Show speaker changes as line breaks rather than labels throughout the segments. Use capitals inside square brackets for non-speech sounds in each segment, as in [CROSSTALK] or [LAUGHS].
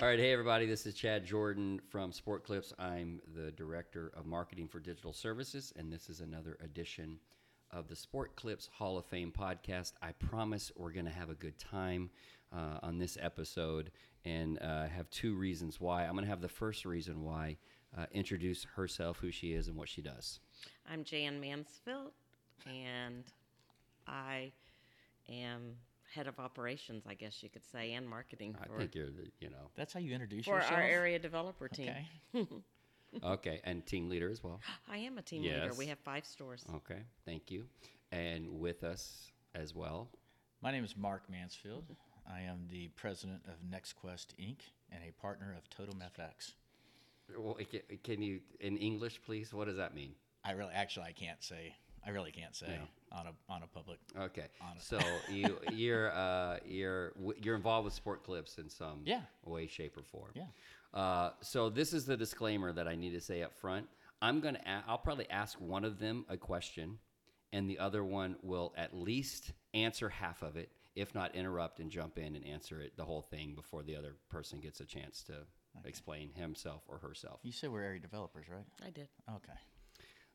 All right, hey everybody, this is Chad Jordan from Sport Clips. I'm the Director of Marketing for Digital Services, and this is another edition of the Sport Clips Hall of Fame podcast. I promise we're going to have a good time uh, on this episode and uh, have two reasons why. I'm going to have the first reason why uh, introduce herself, who she is, and what she does.
I'm Jan Mansfield, and I am head of operations, I guess you could say, and marketing
I
for,
think you're, the- you know,
That's how you introduce
for
yourself.
our area developer team.
Okay.
okay, and team leader as well.
I am a team leader.
Yes.
We
Oh.
have five stores.
Okay, thank you. And with us as well,
My name is Mark Mansfield. I am the president of NextQuest Inc. and a partner of Totem FX.
Well, it ca- can you in English, please? What does that mean?
I really, actually, I can't say. I really can't say
Yeah.
on a on a public.
Okay,
Honest.
so you you're uh, you're w- you're involved with Sport Clips in some
Yeah.
way, shape, or form.
Yeah.
Uh, so this is the disclaimer that I need to say up front. I'm gonna a- I'll probably ask one of them a question, and the other one will at least answer half of it, if not interrupt and jump in and answer it the whole thing before the other person gets a chance to explain himself or herself.
You said we're area developers, right?
I did.
Okay.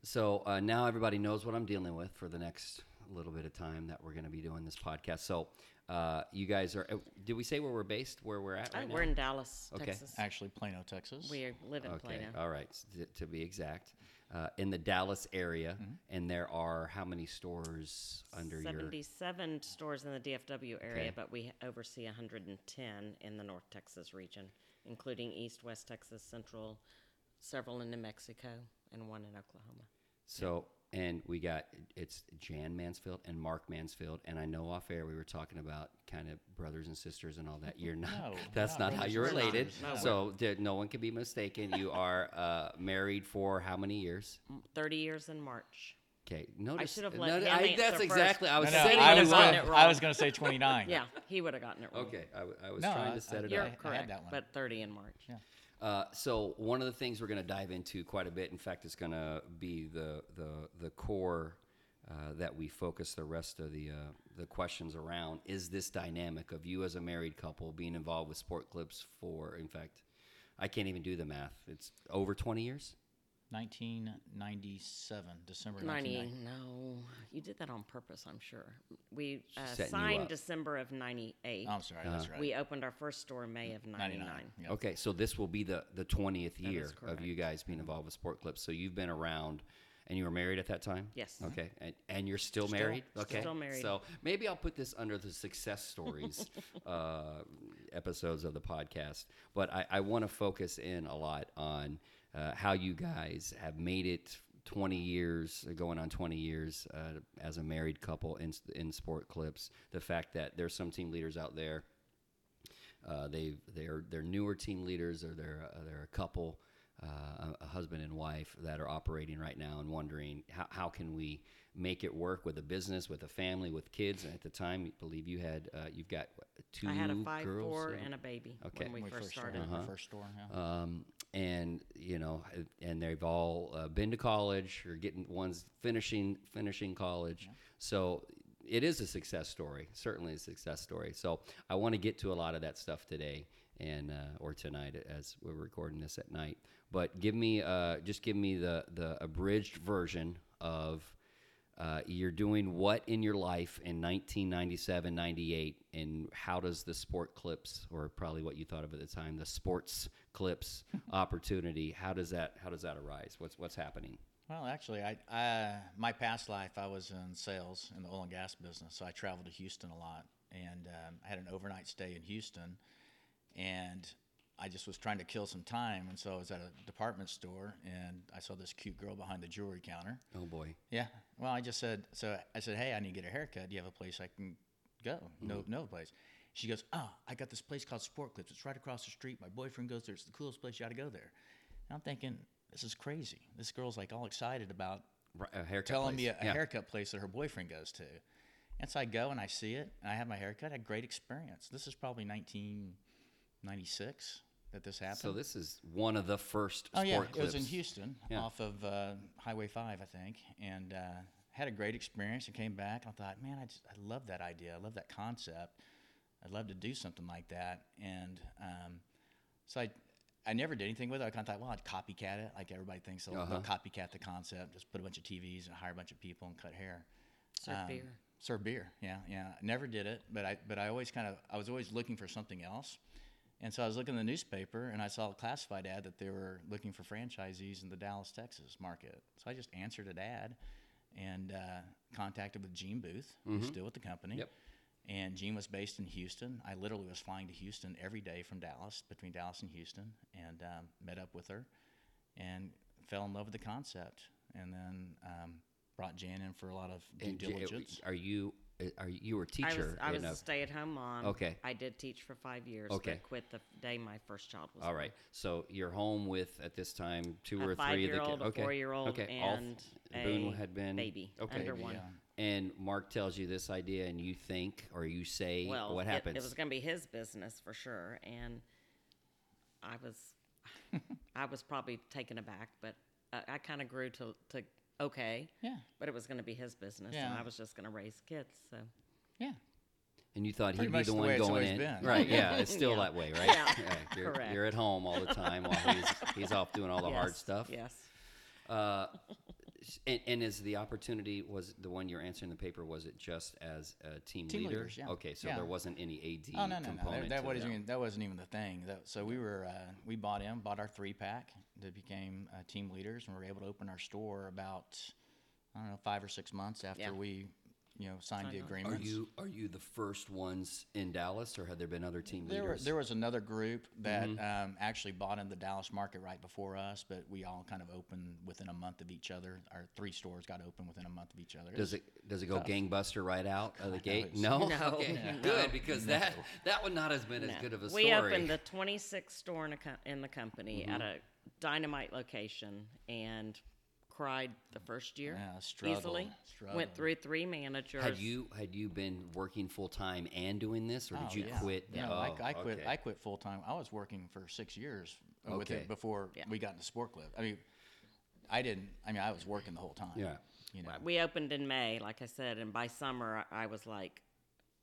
So uh, now everybody knows what I'm dealing with for the next little bit of time that we're going to be doing this podcast. So uh, you guys are. Uh, did we say where we're based? Where we're at?
Oh,
Right now?
we're in Dallas,
Okay.
Texas.
Actually, Plano, Texas.
We live in
okay.
Plano.
All right. s- t- to be exact, uh, in the Dallas area, and there are how many stores under your?
77 stores in the DFW area,
Okay.
but we oversee 110 in the North Texas region, including East, West Texas, Central, several in New Mexico, and one in Oklahoma.
So, and we got it's Jan Mansfield and Mark Mansfield. And I know off air we were talking about kind of brothers and sisters and all that. You're not. [LAUGHS]
No,
that's not
we're not
how
brothers
you're
and
related.
sisters. No, we're-
so there- no one can be mistaken. You are uh, married for how many years?
30 years in March.
Okay. Notice.
should have let him answer
That's
first.
exactly. I
No,
was
no,
setting
I
you
was,
gotten
up.
[LAUGHS] gonna,
it
I
wrong.
was
[LAUGHS]
going to say 29.
Yeah, he would have gotten it wrong.
Okay. I, w- I was
No,
trying
I-
to set
I-
it
yeah.
You're
up.
correct,
that one.
but 30 in March.
Uh, so one of the things we're going to dive into quite a bit. In fact, it's going to be the the the core uh, that we focus the rest of the uh, the questions around is this dynamic of you as a married couple being involved with sport clips for. In fact, I can't even do the math. It's over twenty years.
1997, December
90,
1990.
no. You did that on purpose, I'm sure. We uh,
setting you up.
signed December of 98.
Oh, I'm sorry, that's right.
Uh-huh. We opened our first store in May of 99.
99. Yeah.
Okay, so this will be the the twentieth
is
year of you guys being involved with sport clips. So you've been around. And you were married at that time?
Yes. Mhm.
Okay. And, and you're still, married? Okay.
Still married.
So maybe I'll put this under the success
[LAUGHS]
stories uh, episodes of the podcast. But I, I want to focus in a lot on uh, how you guys have made it 20 years, going on 20 years uh, as a married couple in, in Sport Clips. The fact that there's some team leaders out there. Uh, they they're they're newer team leaders or they're uh, they're a couple, uh, a- a husband and wife that are operating right now and wondering how, how can we make it work with a business, with a family, with kids. And at the time, I believe you had uh, you've got what, two
I had a 5
girls,
4
yeah?
and a baby
Okay.
when we
When
first started. Uh-huh.
our first store. Yeah.
um, and you know, and they've all uh, been to college or getting ones finishing finishing college. So it is a success story, certainly a success story. So I want to get to a lot of that stuff today and uh, or tonight as we're recording this at night. But give me uh, just give me the the abridged version of. Uh, you're doing what in your life in 1997, 98, and how does the sport clips, or probably what you thought of at the time, the sports
[LAUGHS]
clips opportunity, how does that how does that arise? What's what's happening?
Well, actually, I, I my past life I was in sales in the oil and gas business, so I traveled to Houston a lot, and um, I had an overnight stay in Houston, and I just was trying to kill some time, and so I was at a department store, and I saw this cute girl behind the jewelry counter.
Oh boy,
Yeah, well, I just said so. I said, hey, I need to get a haircut. Do you have a place I can go? No,
Mm-hmm.
no place. She goes, oh, I got this place called Sport Clips. It's right across the street. My boyfriend goes there. It's the coolest place. You ought to go there. And I'm thinking, this is crazy. This girl's like all excited about
Ri- a haircut
telling me a,
place.
a
Yeah.
haircut place that her boyfriend goes to. And so I go and I see it, and I have my haircut. I had a great experience. This is probably 1996 that this happened.
So this is one of the first
oh
sport
yeah, it
clips.
was in Houston,
Yeah.
off of uh, Highway 5, I think, and uh, had a great experience. And came back, and I thought, man, I just I love that idea. I love that concept. I'd love to do something like that. And um, So I, I never did anything with it. I kind of thought, well, I'd copycat it. Like everybody thinks they'll, they'll
Uh-huh.
copycat the concept, just put a bunch of TVs and hire a bunch of people and cut hair.
Uh-huh.
Serve
Um,
beer.
Serve beer. Yeah, yeah. I Never did it, but I but I always kind of I was always looking for something else. And so I was looking in the newspaper and I saw a classified ad that they were looking for franchisees in the Dallas, Texas market. So I just answered an ad and uh, contacted with Gene Booth, who's still with the company.
Mm-hmm. Yep.
And Gene was based in Houston. I literally was flying to Houston every day from Dallas, between Dallas and Houston, and um, met up with her and fell in love with the concept. And then um, brought Jan in for a lot of due
And j-
diligence.
Are you? uh, Are you, you were a
I was,
teacher?
I was
in
a
a-
stay-at-home mom.
Okay.
I did teach for five years.
Okay.
But quit the day my first child was.
all right. So you're home with at this time two
born.
or
A
three of the
five-year-old,
kids.
a
Okay.
four-year-old,
okay. all
and
th- Boone
a
had been
baby
okay.
under
Baby,
one.
um,
yeah.
And Mark tells you this idea, and you think or you say,
Well,
"What
it-
happens?"
It, was going to be his business for sure, and I
[LAUGHS]
was, I was probably taken aback, but I, I kind of grew to to okay.
Yeah.
But it was going to be his business, and
Yeah.
I was just going to raise kids. So
Yeah.
and you thought he'd be
much
the
the
one
way it's
going
always
in,
been.
right? Yeah,
[LAUGHS]
it's still
Yeah.
that way, right?
Yeah.
you're,
Correct.
you're at home all the time while
[LAUGHS]
he's he's off doing all the hard
Yes,
stuff.
Yes.
Uh, and, and is the opportunity was the one you're answering the paper? Was it just as a team,
Team
leader?
leaders, yeah.
Okay, so
Yeah.
there wasn't any AD
Oh no no no!
E component.
That, that
to
wasn't
that.
even, that wasn't even the thing. That, so we were uh, we bought in, bought our three pack. That became uh, team leaders, and we were able to open our store about I don't know five or six months after
Yeah.
we you know signed the
Are
agreement.
you are you the first ones in Dallas, or had there been other team
There, were,
leaders?
there was another group that um, actually bought in the Dallas market right before us, but we all kind of opened within a month of each other. Our three stores got open within a month of each other. It
does it does it go gangbuster right out of the gate?
it's- [LAUGHS]
No,
No.
[LAUGHS] okay,
No.
good because that that would not have been as
No.
good of a
we
story. Mm-hmm.
opened the 26th store in, a co- in the company at a dynamite location and cried the first year
Yeah, struggled,
easily.
struggled.
Went through three managers.
had you had you been working full time and doing this, or did
Oh,
you
yeah.
quit?
No, I,
Oh,
I quit.
okay.
I quit full time. I was working for six years uh, with
Okay.
it before
Yeah.
we got into Sport Club. I mean, I didn't. I mean, I was working the whole time.
Yeah.
You know.
We opened in May, like I said, and by summer I I was like,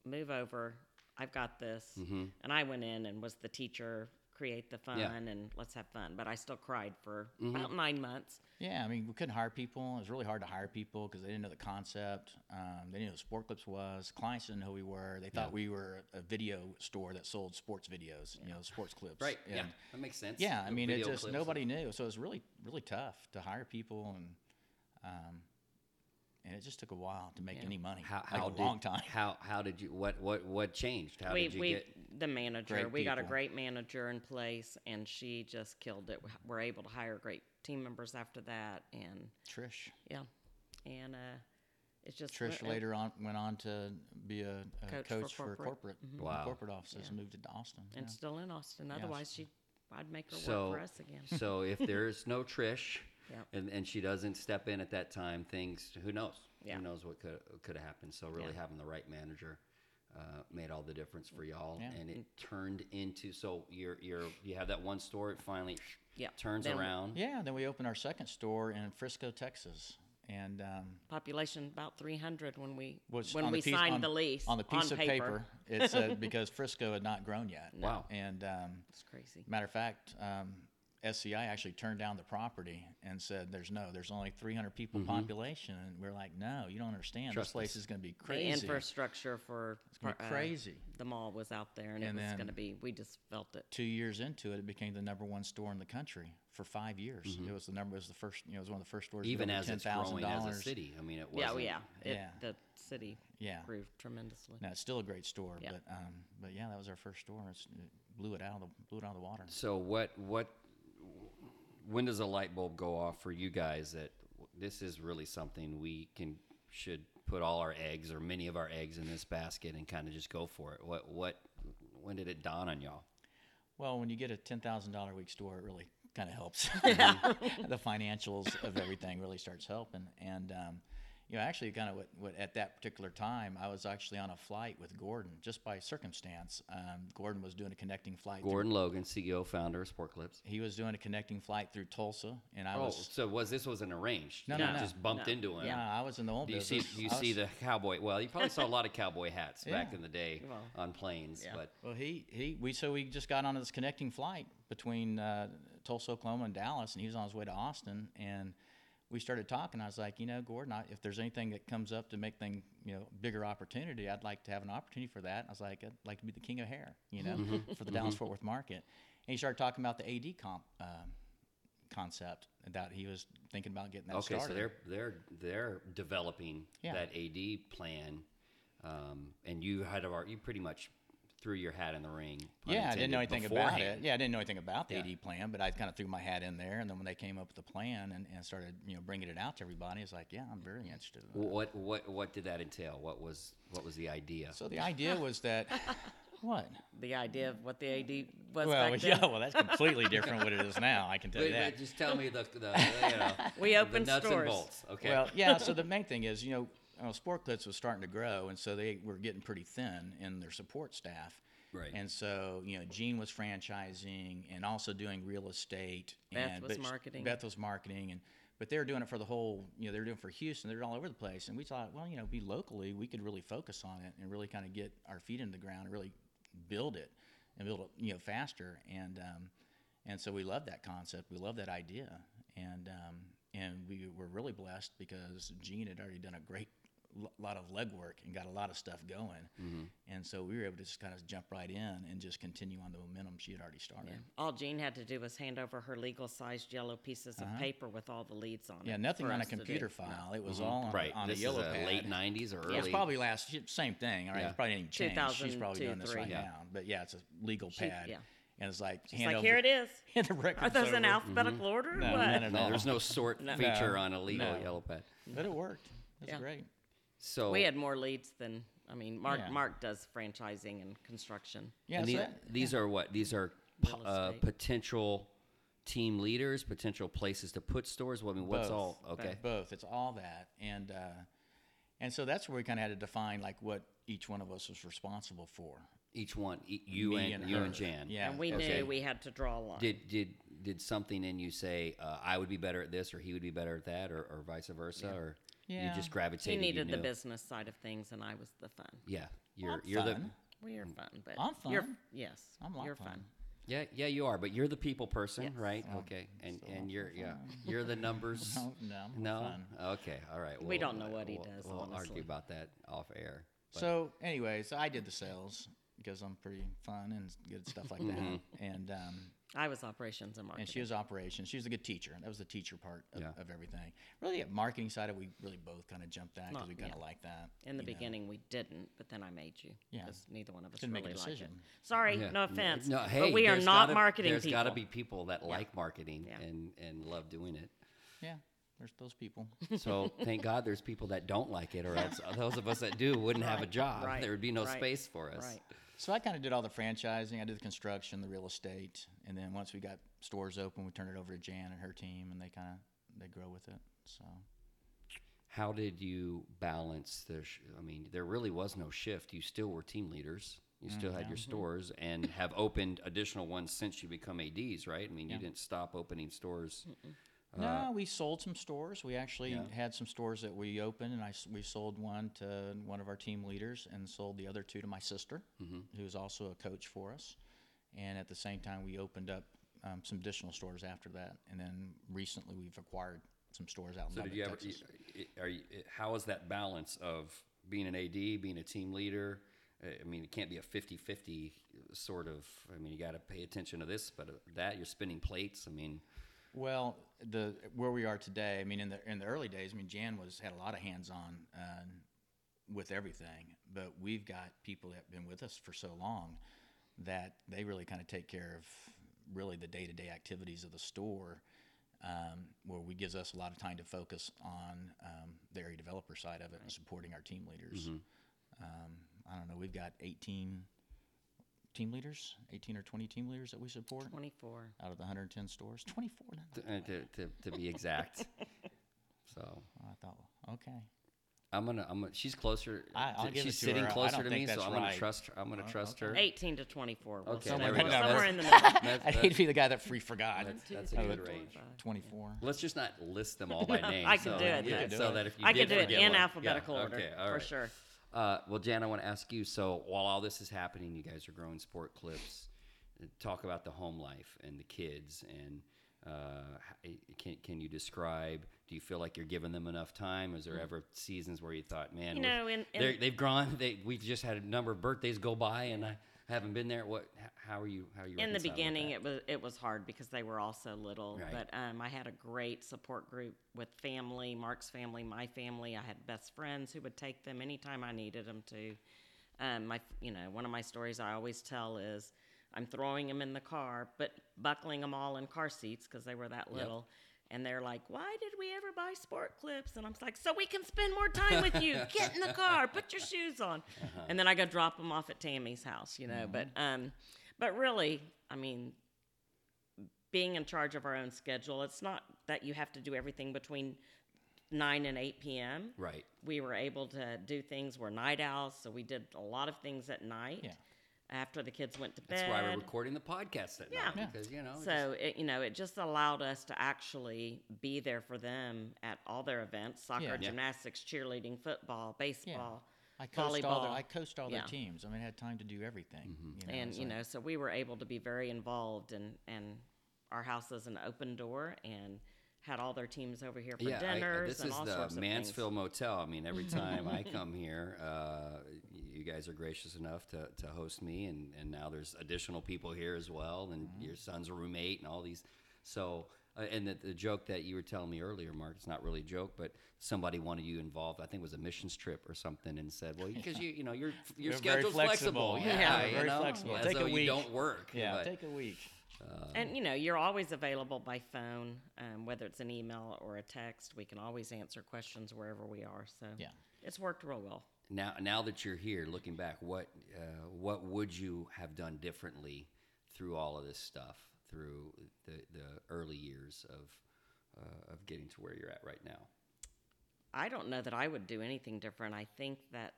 "Move over, I've got this."
Mm-hmm.
And I went in and was the teacher, create the fun, and let's have fun. But I still cried for
Mm-hmm.
about nine months.
Yeah. I mean, we couldn't hire people. It was really hard to hire people because they didn't know the concept. Um, they didn't know what Sport Clips was. Clients didn't know who we were. They thought we were a video store that sold sports videos. You know, sports clips.
Right. Yeah.
And-
that makes sense.
Yeah, I
The
mean, it
video
just
clips.
nobody knew, so it was really really tough to hire people, and um, and it just took a while to make any money.
How,
Like
how
a
did,
long time.
How how did you what what what changed? How
we
did you
we
get?
the manager.
great
we got a
people?
great manager in place, and she just killed it. We're able to hire great team members after that, and
[LAUGHS] Trish.
yeah, and uh, it's just
Trish
went-
later on went on to be a, a
uh, Coach
coach,
for
for corporate,
corporate. Mm-hmm.
Wow.
corporate offices, and moved to Austin.
and
yeah.
still in Austin. Otherwise, she I'd make her
So
work for us again.
so
[LAUGHS]
if there's no Trish,
Yep.
and and she doesn't step in at that time, things who knows?
Yeah.
Who knows what could could have happened? So really
Yeah.
having the right manager. Uh, made all the difference for y'all,
Yeah.
and
Mm.
it turned into so you're you're you have that one store. It finally
Yep.
turns
Then-
around.
Yeah, then we opened our second store in Frisco, Texas, and um,
population about 300 when we
which
when
on
we
the piece,
signed
on,
the lease
on the piece of paper, it said
[LAUGHS]
because Frisco had not grown yet.
Wow.
And um,
It's crazy.
Matter of fact, um, SCI actually turned down the property and said, "There's no, there's only 300 people population," and we're like, "No, you don't understand.
Mm-hmm. Trust
this place
us.
is going to be
The
crazy."
infrastructure for
gonna
par-
be crazy.
the mall was out there, and,
And
it was
then-
going to be. We just felt it.
Two years into it, it became the number one store in the country for five years. It was the number it was the first, you know, it was one of the first stores. to get
Mm-hmm. Even
over
as it's growing as a
$10,000.
city, I mean, it was
Yeah, oh, yeah. It,
yeah.
The city
Yeah.
grew tremendously.
Now it's still a great store,
Yeah.
but um, but yeah, that was our first store. It's, it blew it out of the blew it out of the water.
So what what when does a light bulb go off for you guys that this is really something we can should put all our eggs or many of our eggs in this basket and kind of just go for it? What what when did it dawn on y'all?
Well, when you get a ten thousand dollar week store, it really [LAUGHS] kind of helps. the financials of everything really starts helping, and um, you know, actually, kind of what, what at that particular time, I was actually on a flight with Gordon just by circumstance. Um, Gordon was doing a connecting flight.
Gordon Logan, CEO, founder of Sport Clips.
through- he was doing a connecting flight through Tulsa, and I
Oh,
was
so was this wasn't arranged?
No,
You
no, no.
just bumped
No.
into him.
Yeah.
no, I was in the old
Do you see?
business.
Do you
I was-
see the cowboy? Well, you probably saw a lot of cowboy hats back
[LAUGHS] Yeah.
in the day
Well,
on planes,
yeah.
but
Well, he, he we so we just got on this connecting flight between uh, Tulsa, Oklahoma, and Dallas, and he was on his way to Austin, and we started talking. I was like, you know, Gordon, I, if there's anything that comes up to make thing, you know, bigger opportunity, I'd like to have an opportunity for that. I was like, I'd like to be the king of hair, you know,
Mm-hmm.
for the Dallas Fort Worth market. And he started talking about the AD comp um, concept that he was thinking about getting that
okay,
started.
so they're they're they're developing
Yeah.
that AD plan, um, and you had of our you pretty much threw your hat in the ring. pun
yeah, I didn't know
intended,
anything about it.
beforehand.
Yeah, I didn't know anything about the
Yeah.
AD plan, but I kind of threw my hat in there. And then when they came up with the plan and, and started, you know, bringing it out to everybody, it's like, yeah, I'm very interested. In that.
Wh- What what what did that entail? What was what was the idea?
So the
[LAUGHS]
idea was that what?
The idea of what the AD was
Well,
back then.
[LAUGHS] yeah, well, that's completely different what it is now. I can tell
Wait,
you that.
wait, just tell me the, the you know
[LAUGHS]
We
the
opened
nuts
stores.
and bolts. Okay.
Well,
[LAUGHS]
yeah. So the main thing is, you know, uh, Sport Clips was starting to grow, and so they were getting pretty thin in their support staff.
Right.
And so, you know, Gene was franchising and also doing real estate.
Beth
and,
was
but sh-
marketing.
Beth was marketing, and but they were doing it for the whole. You know, they were doing it for Houston. They're all over the place, and we thought, well, you know, be locally, we could really focus on it and really kind of get our feet in the ground and really build it and build it, you know, faster. And um, and so we love that concept. We love that idea, and um, and we were really blessed because Gene had already done a great l- lot of legwork and got a lot of stuff going. And so we were able to just kind of jump right in and just continue on the momentum she had already started. Yeah,
All Jean had to do was hand over her legal sized yellow pieces of paper with all the leads on it.
Uh-huh. nothing
for
on a
us to do.
computer file. It was all on,
Mm-hmm. right.
on
this
a yellow
is a
pad.
late '90s or early.
It was probably last she- same thing. All right,
Yeah.
it probably didn't change. She's
2002,
probably doing this right
three.
Yeah.
now. But yeah, it's a legal pad,
yeah.
and it's like
It's like,
[LAUGHS]
here it is.
is. the records
Are those in
over. Mm-hmm.
alphabetical order? or
No,
what?
none at
no,
all.
there's no sort
No.
feature
[LAUGHS] No.
on a legal
No.
yellow pad.
But it worked. It was
Yeah.
great.
So
We had more leads than I mean. Mark
Yeah.
Mark does franchising and construction.
Yeah,
and
so
the- uh,
that-
these are what these are
Real
uh,
estate.
potential team leaders, potential places to put stores. Well, I mean, what's
Both.
all okay?
both it's all that and uh, and so that's where we kind of had to define like what each one of us was responsible for
Each one, e- you
Me
and,
and
you
her.
and Jan.
Yeah.
and we
okay.
knew we had to draw a line.
Did did did something in you say uh, I would be better at this, or he would be better at that, or, or vice versa, or you
Yeah.
just
he
gravitated.
needed
you
the
knew-
business side of things, and I was the fun.
Yeah, you're
I'm
you're the
fun.
We are fun, but
I'm
You're,
fun.
yes,
I'm a lot
you're
fun.
fun.
yeah yeah you are, but you're the people person,
Yes.
right? okay, and and you're yeah [LAUGHS] you're the numbers.
[LAUGHS] [LAUGHS] no no, I'm
No.
fun.
Okay. All right.
We don't know
uh,
what he
we'll-
does,
We'll
honestly.
argue about that off air. but-
so anyway so i did the sales because i'm pretty fun and good at stuff like that
Mm-hmm.
and um,
I was operations and marketing.
and she was operations she was a good teacher that was the teacher part of,
Yeah.
of everything really at marketing side of we really both kind of jumped that
Not-
because we kind of
yeah.
like that
in the
you know.
beginning, we didn't, but then I made you.
Yeah.
because neither one of us
Didn't make a
really liked it.
decision.
Sorry,
Yeah.
no offense.
No, hey,
but we are
there's
not
gotta-
marketing
There's
people.
got to be people that like marketing
Yeah.
and and love doing it.
yeah there's those
[LAUGHS]
people
So thank God there's people that don't like it, or else those of us that do wouldn't have a job.
right,
there would be no
right,
space for us.
right.
So I kind of did all the franchising. I did the construction, the real estate, and then once we got stores open, we turned it over to Jan and her team, and they kind of they grow with it. So
How did you balance the? Sh- I mean, there really was no shift. You still were team leaders. You still had your stores and have opened additional ones since you become ads, right? I mean, you didn't stop opening stores. Uh,
no, we sold some stores. We actually had some stores that we opened, and I s- we sold one to one of our team leaders, and sold the other two to my sister,
Mm-hmm.
who is also a coach for us. And at the same time, we opened up um, some additional stores after that, and then recently we've acquired some stores out in
So did
Lubbock,
you ever?
Texas.
y- y- Are you, e, how is that balance of being an AD, being a team leader? Uh, I mean, it can't be a 50-50 sort of. I mean, you got to pay attention to this, but uh, that you're spinning plates. I mean,
Well, the where we are today, I mean, in the in the early days, I mean, Jan was had a lot of hands on uh, with everything, but we've got people that have been with us for so long that they really kind of take care of really the day to day activities of the store, um, where we gives us a lot of time to focus on um, the area developer side of it and supporting our team leaders. Um, I don't know, we've got eighteen team leaders, eighteen or twenty team leaders that we support.
Twenty-four.
Out of the 110 stores, 24. now.
to, uh, to, to, to be exact. [LAUGHS] So
Oh, I thought, okay.
I'm gonna. I'm gonna. She's closer.
I- I'll
to-
give
she's
it to
sitting
her. I
closer
don't
to
think
me, so
that's
I'm
right.
gonna trust her. I'm gonna trust her.
[LAUGHS] 18 to 24. We'll
Okay,
say.
there
we
somewhere
go. That's-
in the middle.
That's,
I'd hate to be the guy that free forgot.
that's- [LAUGHS] that's a good range.
24.
Let's just not list them all by name.
I can
so,
do it,
Yeah,
though.
so that if you
I
did
could do it
forget
in
one-
alphabetical
yeah,
order
okay, all
for
right.
sure.
Uh, well, Jan, I want to ask you. So while all this is happening, you guys are growing sport clips. Uh, Talk about the home life and the kids, and uh, h- can can you describe? Do you feel like you're giving them enough time? Is there ever seasons where you thought, man,
Mm. You
we've-
know, in- in-
they're- they've grown. They we've just had a number of birthdays go by, and I haven't been there. What? h- How are you? How are you?
in the
reconciling with
beginning
that?
it was it was hard because they were all so little
Right.
but um, i had a great support group with family mark's family my family i had best friends who would take them anytime i needed them to um, my you know one of my stories i always tell is i'm throwing them in the car but buckling them all in car seats because they were that little And they're like, why did we ever buy sport clips? And I'm like, so we can spend more time with you. Get in the car, put your shoes on. And then I go drop them off at Tammy's house, you know. But um, but really, I mean, being in charge of our own schedule, it's not that you have to do everything between 9 and 8 p.m.
right?
We were able to do things. We're night owls, so we did a lot of things at night
Yeah.
after the kids went to bed.
That's why we're recording the podcast at
Yeah.
night
Yeah.
because you know. it's
So it, you know, it just allowed us to actually be there for them at all their events: soccer,
Yeah.
Yeah.
gymnastics, cheerleading, football, baseball,
I coached all their,
volleyball.
I coached all
Yeah.
their teams. I mean, I had time to do everything. You know,
and
it's
you
like-
know, so we were able to be very involved, and and our house is an open door, and had all their teams over here for
I- I-
dinners
this
and
is
all
the
sorts of
Mansfield Motel. I mean, every time
[LAUGHS]
I come here, uh, you guys are gracious enough to, to host me, and, and now there's additional people here as well, and
Mm-hmm.
your son's a roommate, and all these. So, uh, and the, the joke that you were telling me earlier, Mark, it's not really a joke, but somebody wanted you involved. I think it was a missions trip or something, and said, "Well, because you you know your your
We're very
schedule's flexible,
flexible.
yeah,
Yeah, we're
you
very
know?
flexible.
Yeah,
Take
so
a
you
week.
don't work,
yeah,
but-
take a week.
things. And you know, you're always available by phone, um, whether it's an email or a text. We can always answer questions wherever we are. So
Yeah.
it's worked real well.
now now that you're here looking back what uh, what would you have done differently through all of this stuff through the, the early years of uh, of getting to where you're at right now
I don't know that I would do anything different. I think that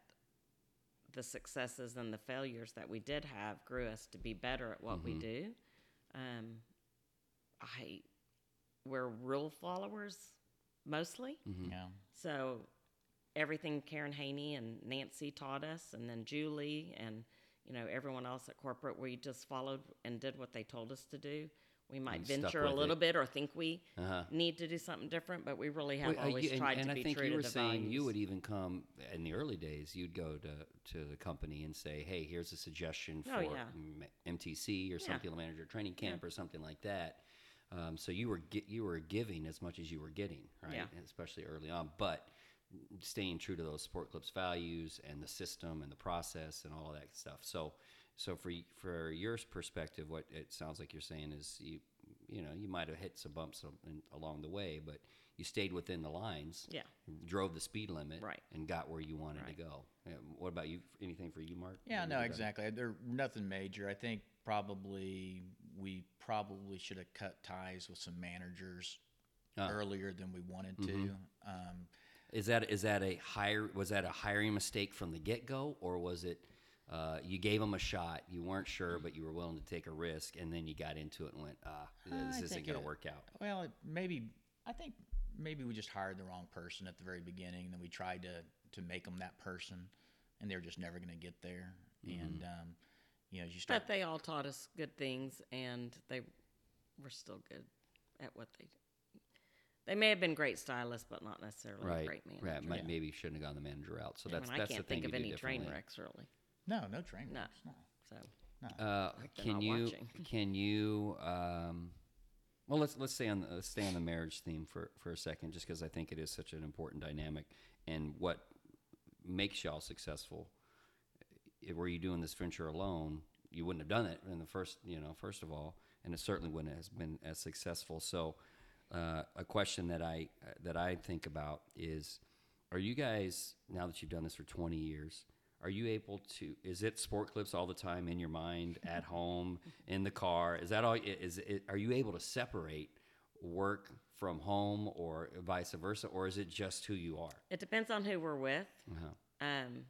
the successes and the failures that we did have grew us to be better at what we
Mhm.
do. Um, I we're rule followers mostly,
Yeah.
so everything Karen Haney and Nancy taught us, and then Julie and you know everyone else at corporate, we just followed and did what they told us to do. We might
And stuck
venture a
with
little
it.
bit or think we
uh-huh
need to do something different, but we really have
Well, uh,
always
you- and-
tried
and
to
I
be
think
true
you were
to the
saying
values.
you would even come in the early days. You'd go to to the company and say, "Hey, here's a suggestion for
Oh, yeah.
M- MTC or
Yeah.
something, the manager training camp or something like that." Um, so you were gi- you were giving as much as you were getting, right?
Yeah.
And Especially early on, but staying true to those sport clips values and the system and the process and all that stuff. So, so for y- for your perspective, what it sounds like you're saying is you you know you might have hit some bumps al- in- along the way, but you stayed within the lines
yeah.
drove the speed limit
Right.
and got where you wanted
Right.
to go. Yeah, what about you? Anything for you, Mark?
Yeah,
Anything
no,
about-
exactly. There nothing major. I think probably we probably should have cut ties with some managers
Ah.
earlier than we wanted to. Um,
Is that is that a hire? Was that a hiring mistake from the get go, or was it uh, you gave them a shot? You weren't sure, but you were willing to take a risk, and then you got into it and went, ah, this
I
isn't
think
going to
it-
work out.
Well, it maybe I think maybe we just hired the wrong person at the very beginning, and then we tried to to make them that person, and they were just never going to get there.
Mm-hmm.
And um, you know, as you start,
But they all taught us good things, and they were still good at what they did. They may have been great stylists, but not necessarily
Right,
great managers.
right. Might, Maybe you shouldn't have gone the manager route. So
I mean,
that's
I
that's
can't
the thing
think of
you do
any train
differently.
wrecks, really.
no, no train
No.
wrecks, no.
So
Uh,
they're
can
not
you
watching. [LAUGHS]
can you um, well let's let's stay on the, let's stay on the marriage theme for for a second just because I think it is such an important dynamic and what makes y'all successful. If- Were you doing this venture alone, you wouldn't have done it in the first you know first of all, and it certainly wouldn't have been as successful. So. Uh, a question that I that I think about is, are you guys now that you've done this for 20 years are you able to is it sport clips all the time in your
[LAUGHS]
mind at home in the car is that all is it, are you able to separate work from home or vice versa, or is it just who you are?
It depends on who we're with.
Uh-huh.
Um,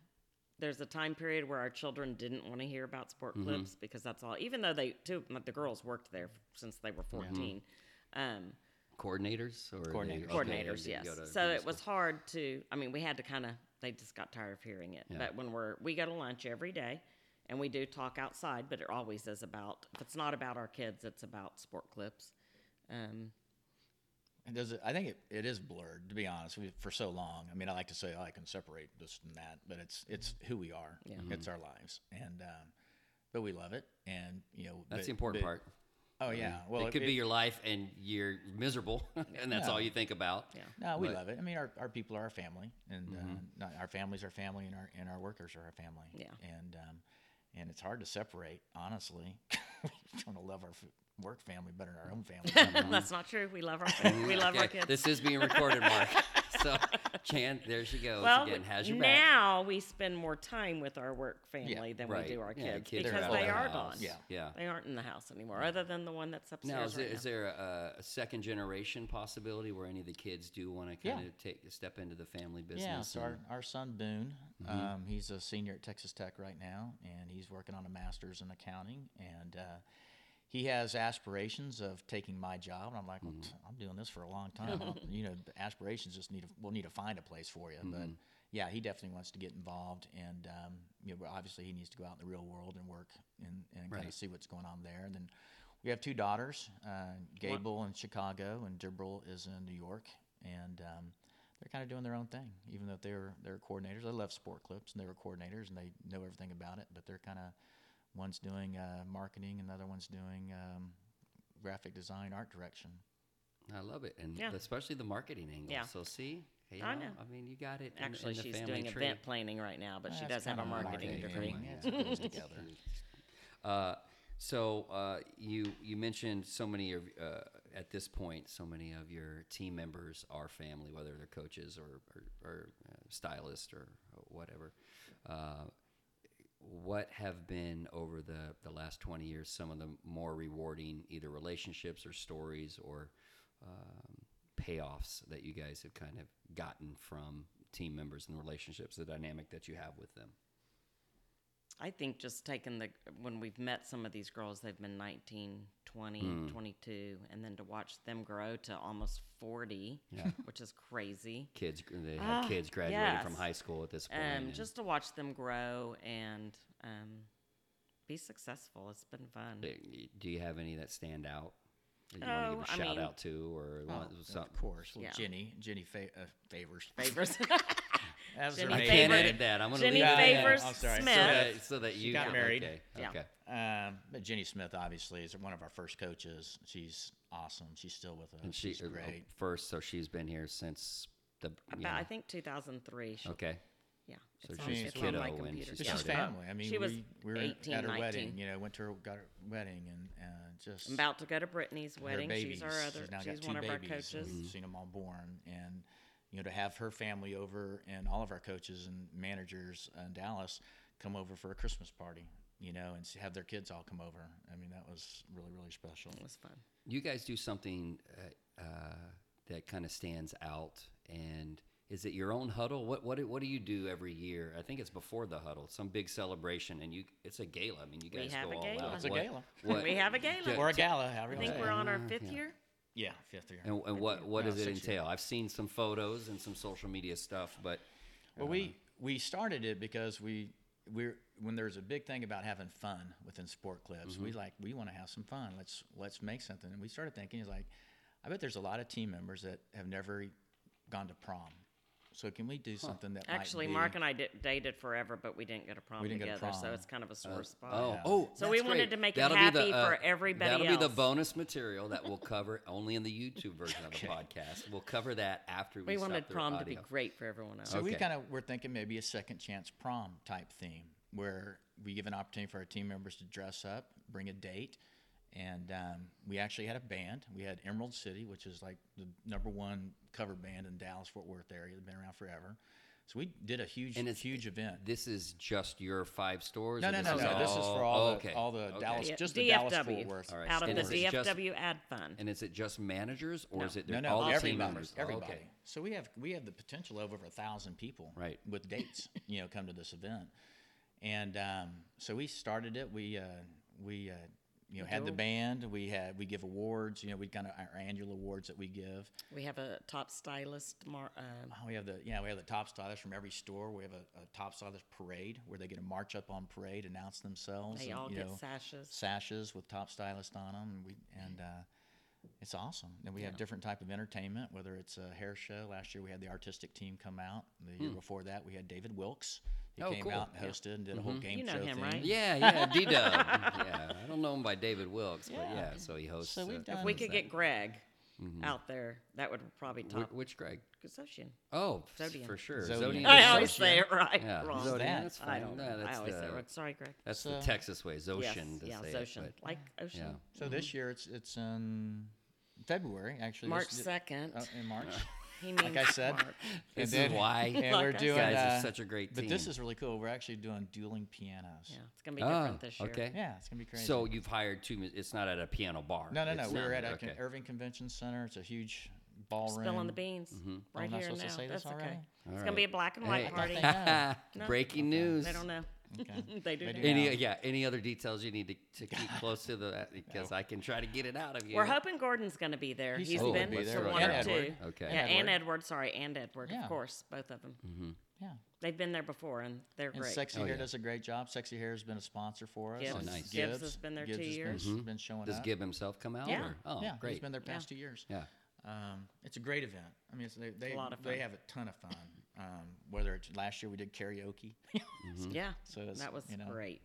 there's a time period where our children didn't want to hear about sport
Mhm.
clips because that's all. Even though they two, the girls worked there since they were
Mm-hmm.
14. Um,
Coordinators or they-
Coordinators.
okay, they
coordinators,
didn't
yes.
go to
So
middle
it was
school.
hard to. I mean, we had to kind of. They just got tired of hearing it.
Yeah.
But when we're we go to lunch every day, and we do talk outside, but it always is about. If it's not about our kids, it's about sport clips. Um, [LAUGHS]
And does it, I think it, it is blurred to be honest. We, for so long, I mean, I like to say oh, I can separate this and that, but it's it's who we are.
Yeah.
It's
Mm-hmm.
our lives, and um, but we love it, and you know
That's
but-
the important
but-
part.
Oh yeah, well
it could be your life, and you're miserable, [LAUGHS] and that's all
Yeah.
you think about.
Yeah.
No, we
But- Mm-hmm.
love it. I mean, our, our people are our family, and uh, not, our families are family, and our and our workers are our family.
Yeah.
And um, and it's hard to separate, honestly. [LAUGHS] we want to love our f- work family better than our own family.
that's not true. We love our fam- we love our
Uh-huh. Okay,
kids.
This is being recorded,
[LAUGHS]
Mark. so, Chan, there she goes
well,
again.
we-
Has your back.
now we spend more time with our work family than
right.
we do our
Yeah,
kids,
kids
because
out of
they
the
are gone.
house. Yeah. Yeah.
They aren't in the house anymore, other than the one that's upstairs.
Now, is there,
right
is there a, a second generation possibility where any of the kids do want to
Yeah.
kind of take step into the family business?
yeah. So our,
and- Mm-hmm.
our son Boone, um, he's a senior at Texas Tech right now, and he's working on a master's in accounting, and. Uh, he has aspirations of taking my job, and I'm like, well, t- I'm doing this for a long time. I don't- you know, the aspirations just need to, we'll need to find a place for you. But yeah, he definitely wants to get involved, and um, you know, but obviously he needs to go out in the real world and work and, and kind
Right.
of see what's going on there. And then we have two daughters, uh, Gable in Chicago, and Debril is in New York, and um, they're kind of doing their own thing, even though they're they're coordinators. They love sport clips, and they were coordinators, and they know everything about it, but they're kind of One's doing uh, marketing, another one's doing um, graphic design, art direction.
I love it, and
Yeah.
especially the marketing angle.
Yeah
So, see, hey,
I
now,
know.
I mean, you got it. in the-
Actually,
in the
she's
family
doing
tree. Oh,
event planning right now, but she
Oh,
does
That's
have a
kinda
marketing
marketing
degree.
anyway.
Yeah,
[LAUGHS]
it goes together.
Uh, so uh, you you mentioned so many of uh, at this point, so many of your team members are family, whether they're coaches or or, or uh, stylists or whatever. Uh, what have been over the, the last 20 years some of the more rewarding either relationships or stories or um, payoffs that you guys have kind of gotten from team members and the relationships the dynamic that you have with them
I think just taking the when we've met some of these girls, they've been 19, 20,
Hmm.
22, and then to watch them grow to almost 40, [LAUGHS] which is crazy.
kids they have
Ah,
kids graduating from
yes.
high school at this point
Um,
and
just to watch them grow and um, be successful, it's been fun.
they- do you have any that stand out that you
Oh,
want to
I
give a shout
mean- Oh,
out to or want something
Of course, well,
Yeah.
Jenny, Jenny fa- uh, favors.
[LAUGHS]
Favors. [LAUGHS]
That was her
Jenny
I
name.
can't
Favor-
edit that I'm gonna
Jenny
leave that in.
Favors
Oh, sorry.
Smith.
so that, so that you
got
can-
married.
okay,
Yeah.
okay.
Um, but Jenny Smith, obviously, is one of our first coaches. She's awesome. She's still with us.
And she
She's
uh, uh,
great.
first, so she's been here since the
About,
yeah.
I think 2003. She,
okay.
Yeah.
So
it's
she's a
it's on my
kiddo when
computer.
she
It's
Yeah.
just
started.
family. I mean,
she was
we, we were
18,
at her
19.
wedding. You know, went to her, got her wedding, and uh, just
I'm about to go to Brittany's wedding.
Her
She's our
babies.
other.
now got
She's
two
one of our
babies, and
coaches.
Mm.
We've seen them all born, and you know to have her family over and all of our coaches and managers in Dallas come over for a Christmas party, you know, and s- have their kids all come over. I mean, that was really really special.
It was fun.
You guys do something uh, uh, that kind of stands out, and is it your own huddle? What what do- what do you do every year? I think it's before the huddle, some big celebration, and you it's a gala. I mean, you
We
guys
have
go
a
all
gala.
out.
It's
a
What-
gala.
what-
[LAUGHS] We have a gala.
Yeah.
I
Or a gala, however you want
think
to
we're
say it.
on our fifth year.
Yeah, fifth year.
And, and what what
No,
does it
six years.
entail? I've seen some photos and some social media stuff, but
Well, we we started it because we we're when there's a big thing about having fun within sport clips, we like we want to have some fun. Let's let's make something. And we started thinking is like, I bet there's a lot of team members that have never e, gone to prom. So can we do something that might
Actually,
be-
Mark and I di- dated forever, but we didn't go to prom
We didn't go to
together, so
prom. Uh,
it's kind of a sore spot.
Oh, oh!
So we
that's
wanted
great.
to make it
That'll be
happy
the, uh,
for everybody
That'll be the
else.
bonus material that we'll cover only in the YouTube version
[LAUGHS]
of the podcast. We'll cover that after we.
We
stop
wanted
the
prom to
audio.
be great for everyone else.
So we
Okay.
kind of were thinking maybe a second chance prom type theme where we give an opportunity for our team members to dress up, bring a date, and um, we actually had a band. We had Emerald City, which is like the number one cover band in Dallas Fort Worth area. They've been around forever. So we did a huge,
And it's-
huge event.
This is just your five stores.
No,
or
no,
this
no,
is
no. This is for all
okay,
the all the
okay.
Dallas,
Yeah,
just the Dallas
DFW.
Fort Worth.
All right.
out of
And
the
is it just-
DFW ad fund.
And is it just managers, or
No.
is it
No,
they're
no,
all the team
everybody,
members? Oh,
everybody.
Okay.
So we have we have the potential of over a thousand people,
Right. [LAUGHS]
With dates, you know, come to this event, and um, so we started it. We uh, we uh, you know had the
Dope.
band. We had we give awards. You know, we kind of our annual awards that we give.
We have a top stylist. Mar- uh,
Oh, we have the yeah we have the top stylist from every store. We have a, a top stylist parade where they get to march up on parade, announce themselves.
they
and,
all
you
get
know,
sashes.
sashes with top stylist on them. And we and
Mm-hmm.
uh, it's awesome. And we have different type of entertainment, whether it's a hair show. Last year we had the artistic team come out. The year before that we had David Wilkes. He
Hmm. Oh,
came
cool. Mm-hmm.
out and hosted and did a whole game
You know
show
him,
thing.
right?
Yeah, yeah, D Dub. yeah, I don't know him by David Wilkes, but yeah, so he hosts.
So we've
uh,
done-
If we could get Greg
Mm-hmm.
out there, that would probably
wh-
top
which Greg?
Gazosian.
Oh,
Zodian.
for sure.
Zodian.
Zodian
I
is-
always
Gazosian.
say it right.
yeah,
Wrong.
Zodian,
that?
That's fine.
I don't.
Yeah,
know. I
that's
always
the,
say it wrong. Sorry, Greg.
That's the
So-
Texas way, Zoshin.
yes.
to
yeah.
say it,
Zoshin.
but-
like ocean.
yeah.
So this
Mm-hmm.
year it's it's in February actually.
March
this-
second.
uh, in March.
[LAUGHS]
[LAUGHS]
he means
like I said,
March.
This
then-
is
[LAUGHS]
why
and
Like
we're
I
doing
guys
uh,
are such a great team.
But this is really cool. We're actually doing dueling pianos.
Yeah, it's gonna be different
Ah,
this year.
Okay.
Yeah, it's gonna be crazy.
So you've hired two. mu- It's not at a piano bar.
no, no, no.
It's
We
not-
were at a con-
okay.
Irving Convention Center. It's a huge ballroom.
Spilling the beans right
am I
here and
supposed
now.
to say this
That's okay.
already?
It's gonna be a black and
Mm-hmm. Hey. [LAUGHS]
white [LAUGHS] party.
Nothing.
No.
Breaking news.
They don't know.
Okay.
[LAUGHS] they do.
They do
now.
Any yeah. Any other details you need
[LAUGHS]
to, to keep close to the because I can try to get it out of you.
We're hoping Gordon's going to be there.
He's
He's
Oh,
been
be
for
there,
one
right.
or
And
two.
Edward.
Okay.
Yeah,
And
and
Edward.
Edward. Sorry, and Edward.
Yeah.
Of course, both of them.
Mm-hmm.
Yeah.
They've been there before, and they're
And
great.
Sexy
Oh,
Hair
yeah.
does a great job. Sexy Hair has been a sponsor for us.
Gibbs. Oh,
and
nice.
Gibbs has been there
Gibbs
two
has been-
years.
Been showing
Does
up.
Gib himself come out?
Yeah.
Or? Oh,
yeah,
great.
he's been there past two years.
yeah.
Um, it's a great event. I mean, it's, they they,
a lot of
they
fun.
have a ton of fun. Um, whether it's last year we did karaoke,
[LAUGHS]
Mm-hmm.
Yeah,
So it's,
that was
you know,
great.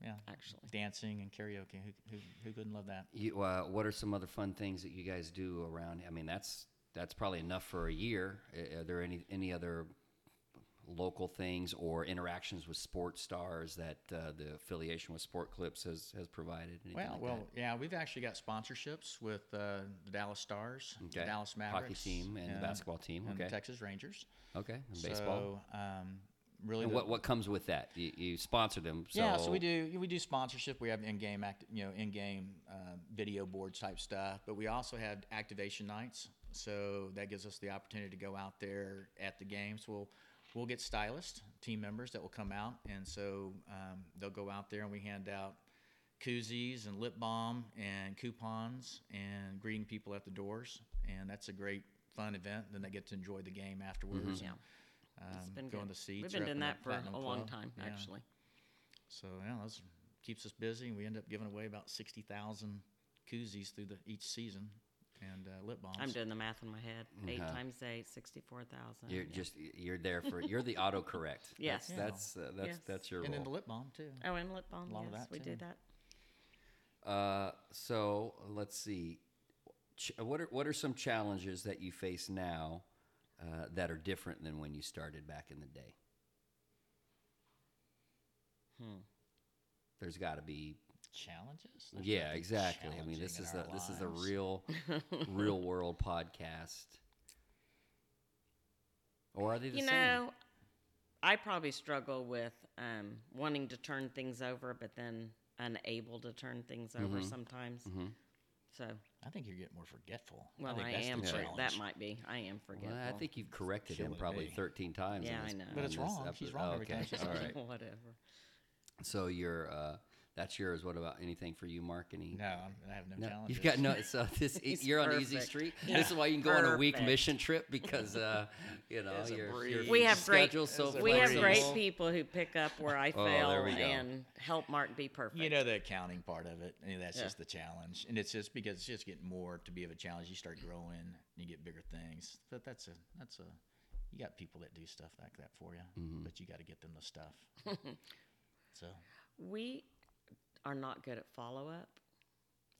yeah,
Actually.
dancing and karaoke. Who, who, who couldn't love that?
You, uh, what are some other fun things that you guys do around? I mean, that's that's probably enough for a year. A- Are there any any other local things or interactions with sports stars that uh, the affiliation with Sport Clips has has provided? Anything
Well,
like
well, yeah, we've actually got sponsorships with uh, the Dallas Stars,
that?
the Dallas Mavericks,
hockey team and the
yeah,
basketball team.
and the
Okay,
Texas Rangers.
okay, and baseball.
So, um, really,
And
the-
what what comes with that? You, you sponsor them. So
Yeah, so we do we do sponsorship. We have in-game act, you know, in-game uh, video boards type stuff, but we also have activation nights. So that gives us the opportunity to go out there at the games. We'll we'll get stylists, team members that will come out, and so um, they'll go out there and we hand out koozies and lip balm and coupons and greeting people at the doors, and that's a great fun event. Then they get to enjoy the game afterwards.
Mm-hmm. Yeah.
and,
It's
um,
been
go in
good.
the seats.
We've
or
been
up in
doing
the
that for
Platinum
a long
Club.
time,
Yeah.
actually.
So yeah, that's keeps us busy. and We end up giving away about sixty thousand koozies through the each season and uh, lip balms.
I'm doing the math in my head. 8
Uh-huh.
times eight, sixty-four thousand.
You're just you're there for you're the autocorrect.
Yes.
Yeah.
that's that's uh, that's,
Yes.
that's your
and then
role.
the lip balm too.
Oh, and lip balm.
A lot
yes,
of that,
we
too.
do that.
Uh, so let's see. Ch- what are what are some challenges that you face now uh, that are different than when you started back in the day?
Hmm.
There's got to be
Challenges.
yeah, exactly. I mean, this is a this is a
[LAUGHS]
real
[LAUGHS]
real world podcast. Or are they the
you
same?
know, I probably struggle with um, wanting to turn things over, but then unable to turn things over
Mhm.
sometimes.
Mhm.
So,
I think you're getting more forgetful.
well,
think
I,
that's the
am. For,
challenge.
that might be. I am forgetful.
Well, I think you've corrected him
Killing
probably
me.
13 times. in
Yeah,
this-
I know.
in
But
it's
this
wrong. She's
episode.
wrong
Oh,
[LAUGHS]
every time she
All
says
right.
Whatever.
So your uh, that's yours. What about anything for you, Mark? Any
No, I'm, I have no,
No,
challenges.
you've got no.
[LAUGHS]
So this
He's
you're on easy
perfect.
street. This is why you can go on a week
Perfect.
mission trip because uh, you know
It's a
your,
breeze.
your
We have great-
schedule's so
It's a
We have great
flexible.
people who pick up where I
[LAUGHS] Oh,
fail
there we go.
and help Mark be perfect.
You know the accounting part of it, and that's
Yeah.
just the challenge, and it's just because it's just getting more to be of a challenge. You start growing, and you get bigger things, but that's a that's a you got people that do stuff like that for you,
Mm-hmm.
but you got to get them the stuff. so
we are not good at follow up.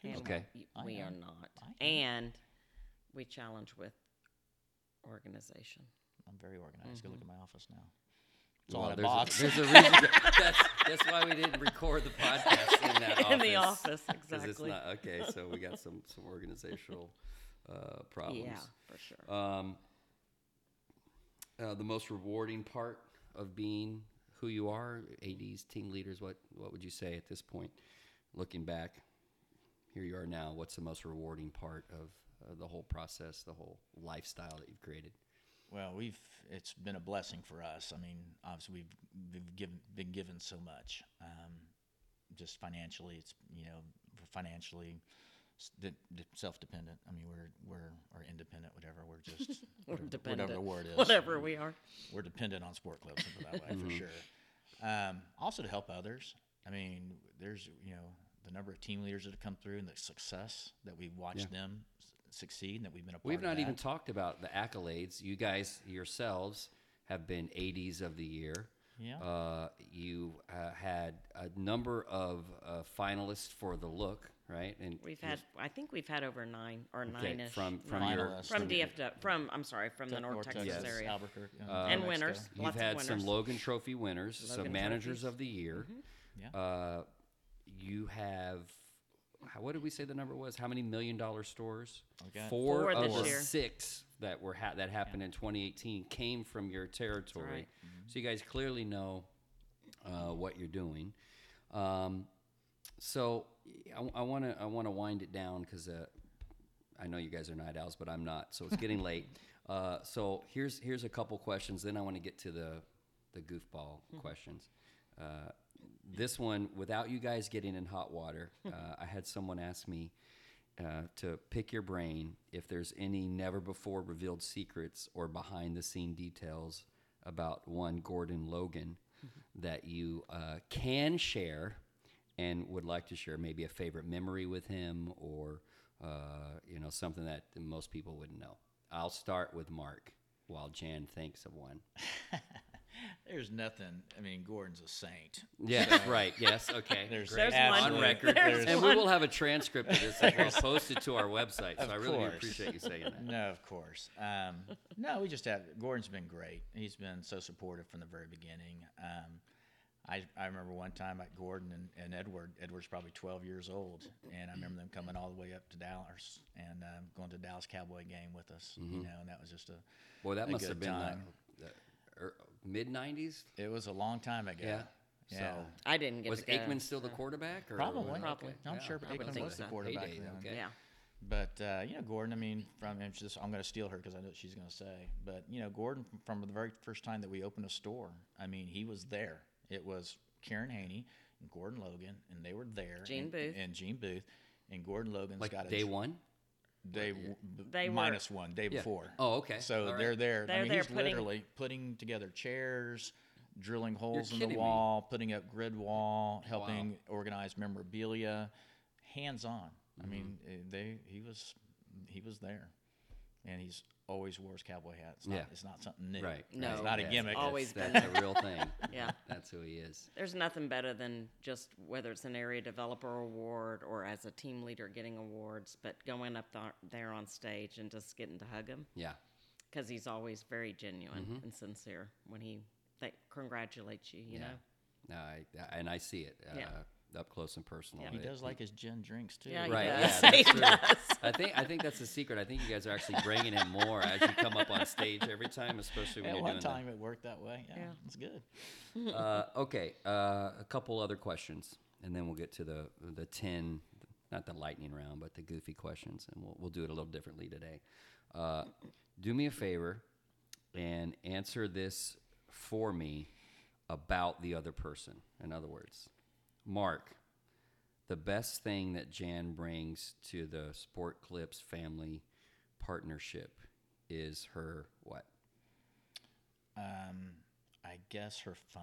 Okay.
I
We are
am.
not.
I am.
And we challenge with organization.
I'm very organized. Go look at my office now. It's all
Well,
in a
there's,
box.
a, there's a reason.
[LAUGHS]
that- that's, that's why we didn't record the podcast in that office.
[LAUGHS] In the office,
[LAUGHS] 'cause it's
exactly.
not- okay, so we got some some
[LAUGHS]
organizational uh, problems.
Yeah, for sure.
Um, uh, the most rewarding part of being who you are, ads, team leaders? What what would you say at this point, looking back? Here you are now. What's the most rewarding part of uh, the whole process, the whole lifestyle that you've created?
Well, we've it's been a blessing for us. I mean, obviously we've, we've given, been given so much, um, just financially. It's you know financially s- de- de- self-dependent. I mean, we're we're or independent, whatever. We're just
We're
whatever-
dependent.
Whatever the word is,
Mm-hmm.
Whatever we are.
we're dependent on sport clubs put it that way for sure. Um, also to help others. I mean, there's you know the number of team leaders that have come through and the success that we've watched them s- succeed and that we've been a part.
We've
of
not
that.
even talked about the accolades. You guys yourselves have been 80s of the year.
Yeah.
Uh, you uh, had a number of uh, finalists for the look, right? And
We've had, I think we've had over nine or
okay,
nine ish
from from your
Finalists.
from DFW, from I'm sorry, from the North Texas,
Texas,
area,
Albuquerque, uh,
and
Mexico.
winners.
You've
lots
had
of winners.
some Logan Trophy winners, some
Logan
managers
trophies. Mm-hmm.
of the year.
Yeah.
Uh, you have, how, what did we say the number was? How many million dollar stores?
We got
Four,
Four
of
this
the
year.
six that were ha- that happened in 2018 came from your territory. Mm-hmm.
right.
So you guys clearly know uh, what you're doing. Um, so I want to I want to wind it down because uh, I know you guys are night owls, but I'm not. So it's getting late. Uh, so here's here's a couple questions. Then I want to get to the the goofball questions. Uh, this one, without you guys getting in hot water, uh, I had someone ask me uh, to pick your brain if there's any never before revealed secrets or behind the scene details about one Gordon Logan that you uh, can share and would like to share maybe a favorite memory with him or uh, you know something that most people wouldn't know. I'll start with Mark while Jan thinks of one.
There's nothing. I mean, Gordon's a saint.
Yeah, right. Yes, okay.
There's,
great.
one.
on
absolutely-
record,
There's
and
there's-
we will have a transcript of this as well posted to our website. So
Of
I really do
course.
appreciate you saying that.
no, of course. Um, no, we just have. Gordon's been great. He's been so supportive from the very beginning. Um, I, I remember one time at Gordon and, and Edward. Edward's probably 12 years old, and I remember them coming all the way up to Dallas and um, going to Dallas Cowboy game with us.
Mm-hmm.
You know, and that was just a
Boy, that
a
must have
good
been the, er,
time.
mid '90s.
It was a long time ago.
Yeah.
Yeah.
So
I didn't get
was
to go.
Aikman still the quarterback? Or
Probably.
okay,
Probably.
I'm sure
I would
Aikman
think
was the
so.
quarterback
Heyday,
then.
okay. [LAUGHS]
Yeah.
But uh, you know, Gordon. I mean, from and just I'm going to steal her because I know what she's going to say. But you know, Gordon, f- from the very first time that we opened a store, I mean, he was there. It was Karen Haney and Gordon Logan, and they were there.
Gene
and,
Booth.
and Gene Booth, and Gordon Logan's
Like
got a
day
dr-
one.
day w- b-
They were-
minus one day before.
Oh, okay.
So
All right.
they're there.
They're
I mean,
there
he's
putting-
literally putting together chairs, drilling holes in the
kidding me.
wall, putting up grid wall, helping organize memorabilia, hands on. I mean,
Mm-hmm.
eh, they he was he was there, and he's always wears cowboy hat. It's not,
Yeah.
it's not something new.
Right.
No.
it's not
Yeah,
a
it's
gimmick. It's-
always been
That's
[LAUGHS]
a real thing.
Yeah.
That's who he is.
There's nothing better than just whether it's an area developer award or as a team leader getting awards, but going up th- there on stage and just getting to hug him
Yeah.
because he's always very genuine and sincere when he th- congratulates you. You
Mm-hmm. Yeah. No,
know,
I, I- and I see it uh,
Yeah.
up close and personal.
Yeah.
he
It-
does like his gin drinks too.
Yeah, he
Right.
does.
Yeah,
[LAUGHS] He
that's true.
does.
I think I think that's the secret. I think you guys are actually bringing him more as you come up on stage every time, especially when
[LAUGHS] At
you're
one
doing
time, it worked that way. Yeah,
Yeah.
it's good.
that. Uh, okay, uh, a couple other questions, and then we'll get to the the ten, not the lightning round, but the goofy questions, and we'll we'll do it a little differently today. Uh, do me a favor and answer this for me about the other person. In other words, Mark, the best thing that Jan brings to the Sport Clips family partnership is her what?
Um, I guess her fun.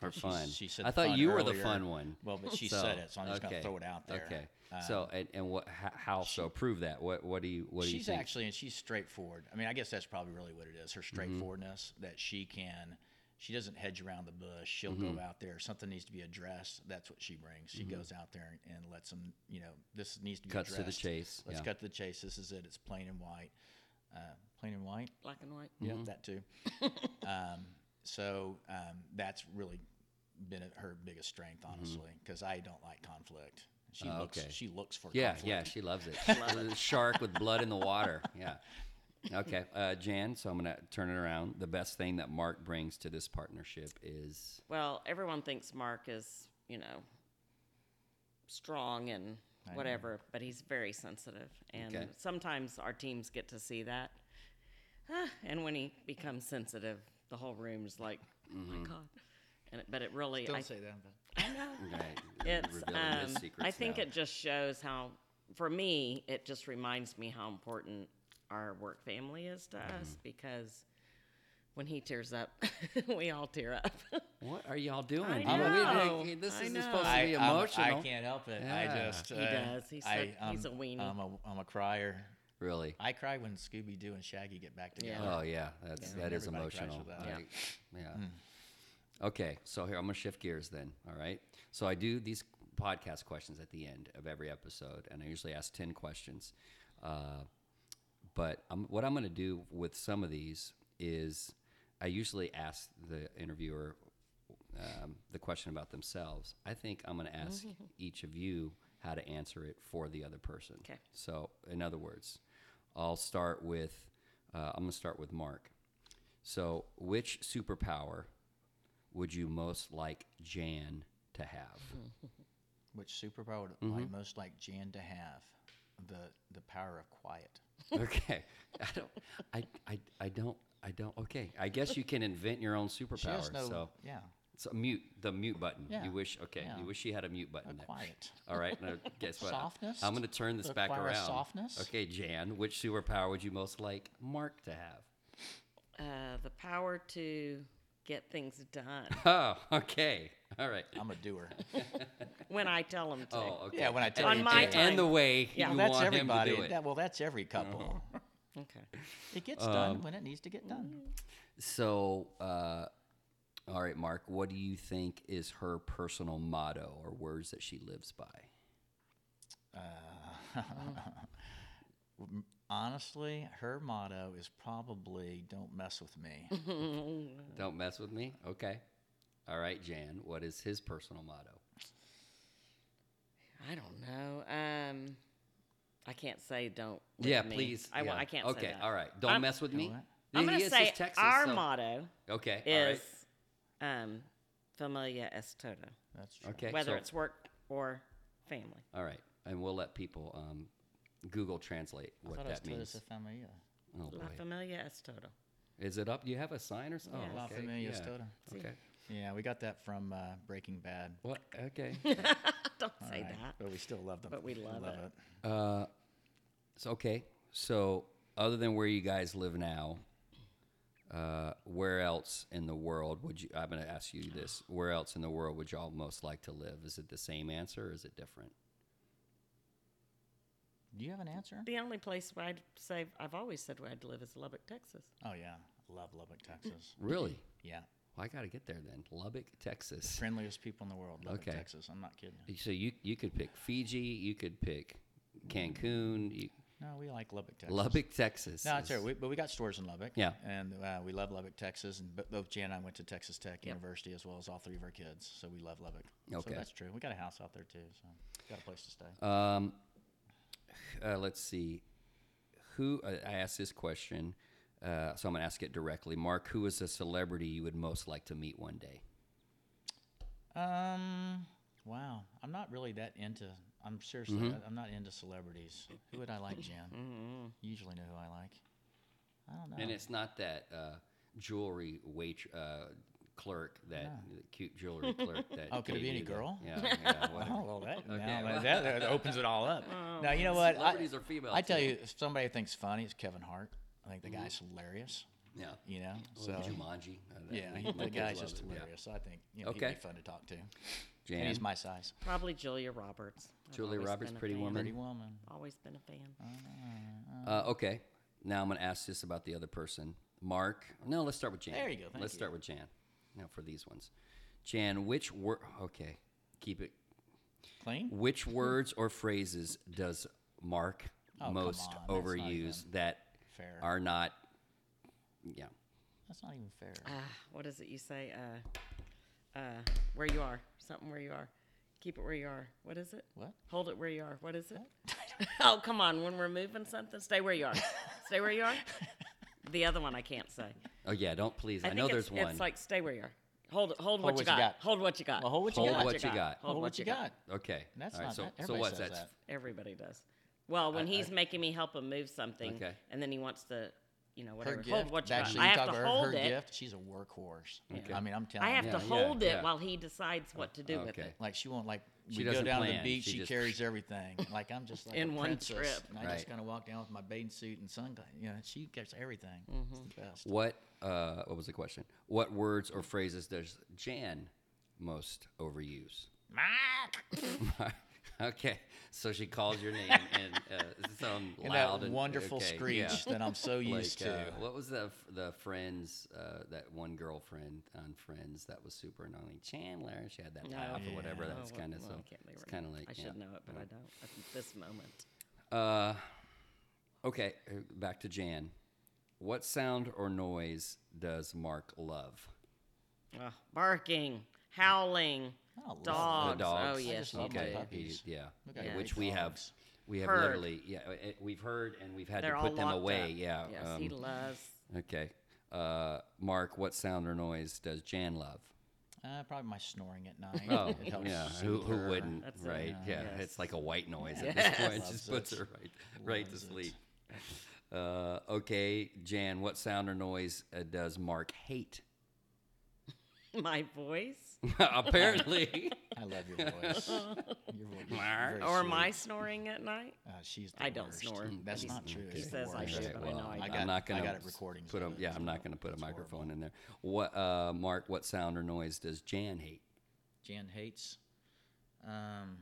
Her
She's-
fun.
she said
I thought
fun
you were the
earlier.
fun one.
Well, but she
So,
said it, so I'm just
okay,
gonna throw it out there.
Okay.
Um,
so and, and what? How, how so? Prove that. What? What do you? What do you
she's
think? Mm-hmm.
actually and she's straightforward. I mean, I guess that's probably really what it is. Her straightforwardness that she can, she doesn't hedge around the bush. She'll
Mm-hmm.
go out there. Something needs to be addressed. That's what she brings. She goes out there and, and lets them. You know, this needs to be
Cuts to the
addressed.
chase,
Let's
yeah.
cut to the chase. This is it. It's plain and white. Uh, plain and white.
black and white.
Yeah,
Mm-hmm. [LAUGHS]
that too. um, so um, that's really been her biggest strength, honestly, because I don't like conflict. She
Mm-hmm. Oh,
looks.
okay.
[LAUGHS] She looks for
yeah,
conflict. [LAUGHS]
yeah. She loves it. Shark with blood in the water. Yeah. okay, uh, Jan. So I'm going to turn it around. The best thing that Mark brings to this partnership is
Well, everyone thinks Mark is, you know, strong and
I know.
whatever, but he's very sensitive. And
Okay.
sometimes our teams get to see that. Ah, and when he becomes sensitive, the whole room's like, oh
Mm-hmm.
my God. And it, but it really,
Don't
I,
say that.
I
[LAUGHS]
know.
[LAUGHS]
right,
It's,
revealing his
um,
secrets
I think
now.
it just shows how, for me, it just reminds me how important our work family is to
Mm-hmm.
us because when he tears up, [LAUGHS] we all tear up. [LAUGHS]
What are y'all doing?
I
Dude, we-
know,
we- this
I
isn't
know.
supposed to
I,
be
I'm-
emotional.
I can't help it.
Yeah.
I just. uh,
He does. He's so- he's
I'm-
a weenie.
I'm a, I'm a crier.
Really?
I cry when Scooby Doo and Shaggy get back together.
Oh yeah, that's that is
Everybody cries
emotional.
with that.
Yeah. yeah. Okay, so here I'm gonna shift gears then. All right. So I do these podcast questions at the end of every episode, and I usually ask ten questions. Uh, but i what I'm gonna do with some of these is I usually ask the interviewer um, the question about themselves. I think I'm gonna ask each of you how to answer it for the other person.
'Kay.
So in other words, I'll start with uh, I'm gonna start with Mark. So, which superpower would you most like Jan to have?
Which superpower would
Mm-hmm.
I most like Jan to have? The the power of quiet.
[LAUGHS] okay, I don't, I, I, I don't, I don't. Okay, I guess you can invent your own
[LAUGHS] She
superpower.
has no.
So,
Yeah.
so mute the mute button.
Yeah,
You wish. Okay,
yeah.
you wish you had a mute button.
A
there.
quiet.
[LAUGHS] All right. Now, guess what?
Softness?
I'm going to turn this
The
back
choir of
around.
softness?
Okay, Jan. Which superpower would you most like Mark to have?
uh, the power to get things done [LAUGHS]
Oh, okay. All
[LAUGHS]
right.
I'm a doer.
when I tell him to.
Oh, okay.
Yeah, when I tell
On
you
my
to.
time.
and the way
Yeah.
you
Well,
that's
want
everybody.
him to do it. Uh-huh.
That- well, that's every couple.
Okay.
It
Um,
gets done when it needs to get done.
So, uh, all right, Mark, what do you think is her personal motto or words that she lives by?
Mm-hmm.
M- Uh, [LAUGHS] Honestly, her motto is probably "Don't mess with me."
Don't mess with me? Okay. All right, Jan, what is his personal motto?
I don't know. Um, I can't say don't. with
yeah,
me.
please.
I, wa-
yeah.
I can't
Okay,
say that.
all right. Don't
I'm-
mess with me.
what?
I'm
He
going
is-
to
he's
say
Texas,
our
so-
motto
Okay. all right.
is um, familia est toto,
That's true.
Okay.
whether
so-
it's work or family.
all right. And we'll let people um, Google translate
I
what
thought
that
it was
means.
todos a familia.
Oh,
La
boy.
familia est toto.
Is it up? Do you have a sign or something?
Yeah.
Oh,
La
okay.
familia
yeah.
es todo.
Okay.
Yeah, we got that from uh, Breaking Bad.
What? Okay.
[LAUGHS] don't say
Right.
that.
But we still love them.
But we love it.
Uh, So, okay. So, other than where you guys live now, uh, where else in the world would you? I'm going to ask you this: Where else in the world would y'all most like to live? Is it the same answer, or is it different?
Do you have an answer?
The only place where I'd say I've always said where I'd live is Lubbock, Texas.
Oh yeah, love Lubbock, Texas.
Really?
Yeah,
Well, I got to get there then. Lubbock, Texas.
friendliest people in the world, Lubbock,
Okay.
Texas. I'm not kidding.
So you you could pick Fiji. You could pick Cancun. You,
No, we like Lubbock, Texas.
Lubbock, Texas.
No, it's
is-
all right. We, but we got stores in Lubbock.
Yeah.
and uh, we love Lubbock, Texas. And bo- both Jan and I went to Texas Tech University as well as all three of our kids, so we love Lubbock.
Okay.
so that's true. We got a house out there too, so got a place to stay.
Um, uh, let's see. Who I I asked this question, uh, so I'm gonna ask it directly. Mark, who is a celebrity you would most like to meet one day?
Um, wow, I'm not really that into. I'm seriously,
Mm-hmm.
I, am not into celebrities. Who would
[LAUGHS]
I like, Jan? You usually know who I like. I don't know.
And it's not that uh, jewelry wait uh, clerk, that the cute jewelry clerk. That
[LAUGHS] Oh, could it
gave
be any
you the-
girl? [LAUGHS]
yeah, yeah, whatever.
Oh well, that, now
well-
that, that opens it all
[LAUGHS]
up. now you know what? I,
Celebrities are Mm-hmm. female.
I tell
too.
you, if somebody thinks funny is Kevin Hart. I think the guy's hilarious.
yeah.
You know, so
Jumanji. uh, that- [LAUGHS]
yeah,
my
he, the
kids
guy's
love
just
it, yeah.
hilarious. I think you know,
Okay.
he'd be fun to talk to.
Jan,
And he's my size.
Probably Julia Roberts. I've
Julia
always
Roberts,
been a
Pretty
fan.
Woman.
Pretty woman.
Always been a fan.
Uh, okay. Now I'm going to ask this about the other person. Mark. No, let's start with Jan.
There you go. Thank
let's
you.
start with Jan. Now for these ones. Jan, which word? Okay, keep it.
Clean. [LAUGHS]
Which words or phrases does Mark
Oh, come
most
on, that's not
overuse that
Fair.
are not? Yeah.
That's not even fair.
uh, what is it you say? Uh, uh, where you are, something where you are. Keep it where you are. What is it?
What?
Hold it [LAUGHS] where you are. What is it? oh, come on. When we're moving something, stay where you are. stay where you are. the other one I can't say.
Oh yeah, don't please. I,
think
know
it's-
there's one.
It's like stay where you are. Hold hold, what, you got. Hold what you got.
Well, hold what you
Hold
got.
what you got.
Hold what you got.
okay.
That's
All right,
not
so,
that-
so
everybody
what's
says
that?
that.
Everybody does. Well, when
I-
he's making me help him move something,
Okay.
and then he wants to, you know,
Her
whatever.
gift.
Hold what you
actually,
got. I
you
have
talk
to
about her,
hold
her
it.
gift. She's a workhorse.
Okay.
I mean, I'm telling
I
you.
have
Yeah,
to
yeah,
hold
yeah.
it while he decides what to do with
okay.
it.
Like she won't like
She
we go
doesn't
down to
plan.
the beach.
She
She,
just- [LAUGHS]
carries everything. Like I'm just like
In
a
one
princess,
trip.
and I
Right.
just kind of walk down with my bathing suit and sunglasses. You know, she gets everything.
Mm-hmm.
It's the best.
What uh, what was the question? What words or phrases does Jan most overuse? [LAUGHS] okay, so she calls your name in uh, some
And
loud
that
and
wonderful
okay,
screech
yeah.
that I'm so used
[LAUGHS] Like,
to.
uh, what was the the Friends uh, that one girlfriend on Friends that was super annoying? Chandler, she had that
No.
laugh or
Yeah.
whatever.
Oh,
That's
well-
kind of
well,
so.
I can't think
It's
right
kind of
now.
like
I
yeah.
should know it, but I don't at this moment.
Uh, okay, uh, back to Jan. What sound or noise does Mark love?
Ugh,
Mm.
barking, howling,
I love the
dogs.
dogs.
Oh
I
yes,
just love my
you do.
puppy. puppies.
he- yeah,
We got
Yeah,
great
which we have,
dogs.
we have
Heard.
literally, yeah, uh, it, we've heard and we've had
They're
to
all
put them
locked
away.
up.
Yeah.
Yes, he
um,
loves.
okay, uh, Mark, what sound or noise does Jan love?
Uh, probably my snoring at night.
Oh,
[LAUGHS]
It helps
yeah.
soothe
Who, who
her.
wouldn't,
That's it.
right? Yeah,
Yes.
it's like a white noise at
Yes.
this point. [LAUGHS] It
Loves
just puts
it.
her right, right to
Loves it.
sleep. Uh, okay, Jan, what sound or noise uh, does Mark hate? [LAUGHS]
My voice [LAUGHS]
Apparently,
I love your voice. Your voice is
Mark.
very
or
sweet.
my snoring at night.
Uh, she's. The
I don't
worst.
snore, but
That's
he's-
not true.
he
It's the
says I
worst.
should, but I know I
got,
am not gonna
I got it
s-
recordings.
Put
of
a,
it.
yeah, I'm not going to put a
It's horrible.
microphone in there. What, uh, Mark? What sound or noise does Jan hate?
Jan hates. Um,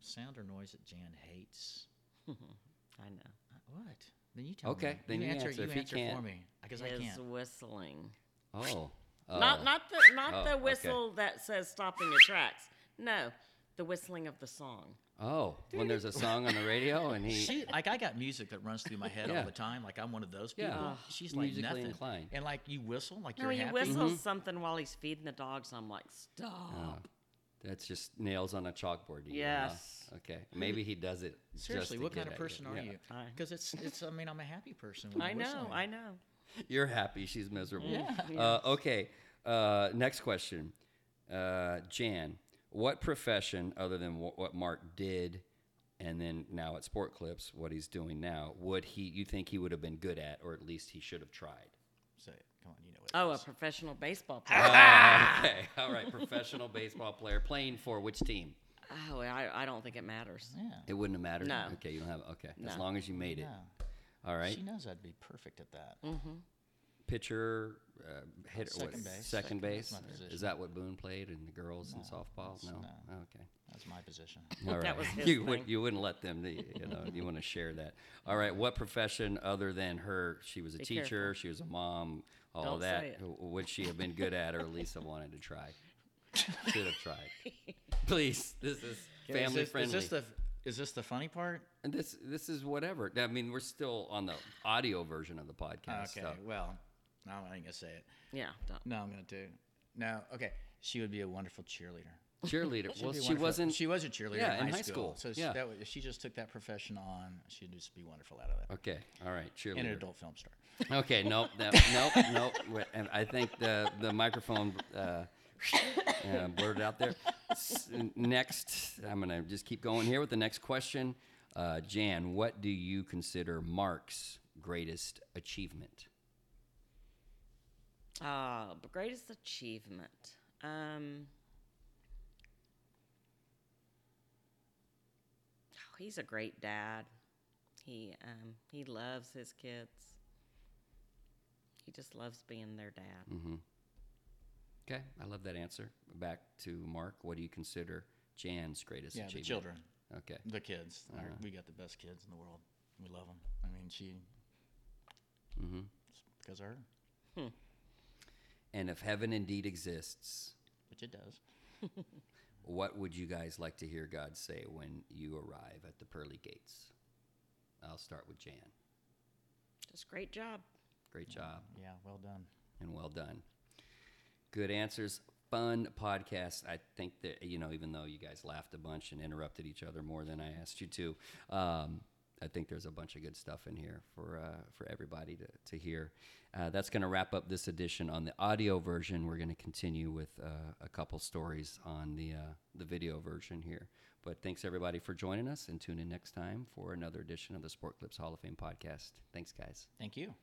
sound or noise that Jan hates.
I know.
Uh, What? Then you tell me.
Okay, then you answer.
You
If he
answer for
can't-
me because I
His
can't.
whistling.
Oh,
Not
oh,
not the not
Oh,
the
okay.
whistle that says stop in your tracks. No, the whistling of the song.
Oh, when there's a song on the radio and he,
[LAUGHS] She like I got music that runs through my head
Yeah.
all the time. Like I'm one of those
Yeah.
people.
Ugh.
She's like
Musically
nothing.
inclined.
And like you whistle, like
No,
you're
he
happy.
whistles
Mm-hmm.
something while he's feeding the dogs. I'm like, stop.
that's just nails on a chalkboard. to you, huh?
Yes.
Okay. Maybe he does it. just
Seriously,
to
what
get
kind of
at you.
person are
Yeah.
you?
I-
Because it's it's. I mean, I'm a happy person. When
I
I'm
know,
whistling.
I know.
You're happy. She's miserable.
Yeah.
Uh, okay. Uh, next question. Uh, Jan, what profession other than wh- what Mark did and then now at Sport Clips, what he's doing now, would he, you think he would have been good at, or at least he should have tried?
Say it. Come on, you know it.
Oh, a
is.
professional baseball player.
Ah, okay. All right. Professional baseball player playing for which team?
oh, I, I don't think it matters.
yeah.
It wouldn't have mattered.
No.
Okay. You don't have, okay. As
No.
long as you made it.
Yeah.
All right.
She knows I'd be perfect at that.
Mm.
pitcher, uh, hitter,
Second
what, Second
base. Second base,
base.
my
Is
position.
that what Boone played in the girls in softball?
that's-
No.
no.
Oh, okay.
That's my position.
All right.
That was his
you would
thing.
you wouldn't let them. the- You know, you want to share that. All right. What profession other than her? She was a
Be
teacher.
careful.
She was a mom. All
Don't
that.
say it.
W- Would she have been good at, or at least have wanted to
[LAUGHS]
try? Should have tried. Please. This is
Is
family
this-
friendly.
Is this the is this the funny part?
and this this is whatever. I mean, we're still on the audio version of the podcast.
Okay.
so-
Well, no, I ain't gonna say it.
Yeah, don't.
No, I'm gonna do. No. Okay. She would be a wonderful cheerleader.
Cheerleader. well,
She'd be
she
a wonderful-
wasn't.
[LAUGHS] She was a cheerleader.
Yeah,
in high school. So
yeah.
she, that, would- if she just took that profession on, she'd just be wonderful out of that.
Okay. All right. Cheerleader.
And an adult film star.
Okay, nope, no, nope, nope. Wait, And I think the the microphone uh, uh, blurred out there. S- Next, I'm gonna just keep going here with the next question. Uh, Jan, what do you consider Mark's greatest achievement?
Ah, but greatest achievement. Um, oh, he's a great dad. He um, he loves his kids. He just loves being their dad.
Mm-hmm. Okay, I love that answer. Back to Mark. What do you consider Jan's greatest
Yeah, the
achievement?
children,
Okay.
the kids. Our-
Uh-huh.
we got the best kids in the world. We love them. I mean, she.
mm-hmm.
It's because of her,
And if heaven indeed exists,
which it does.
what would you guys like to hear God say when you arrive at the pearly gates? I'll start with Jan.
Just great job.
Great job
Yeah. Well done.
and well done. Good answers. Fun podcast. I think that, you know, even though you guys laughed a bunch and interrupted each other more than I asked you to, um, I think there's a bunch of good stuff in here for uh, for everybody to, to hear. Uh, that's going to wrap up this edition on the audio version. We're going to continue with uh, a couple stories on the uh, the video version here. But thanks everybody for joining us, and tune in next time for another edition of the Sport Clips Hall of Fame podcast. Thanks, guys.
Thank you.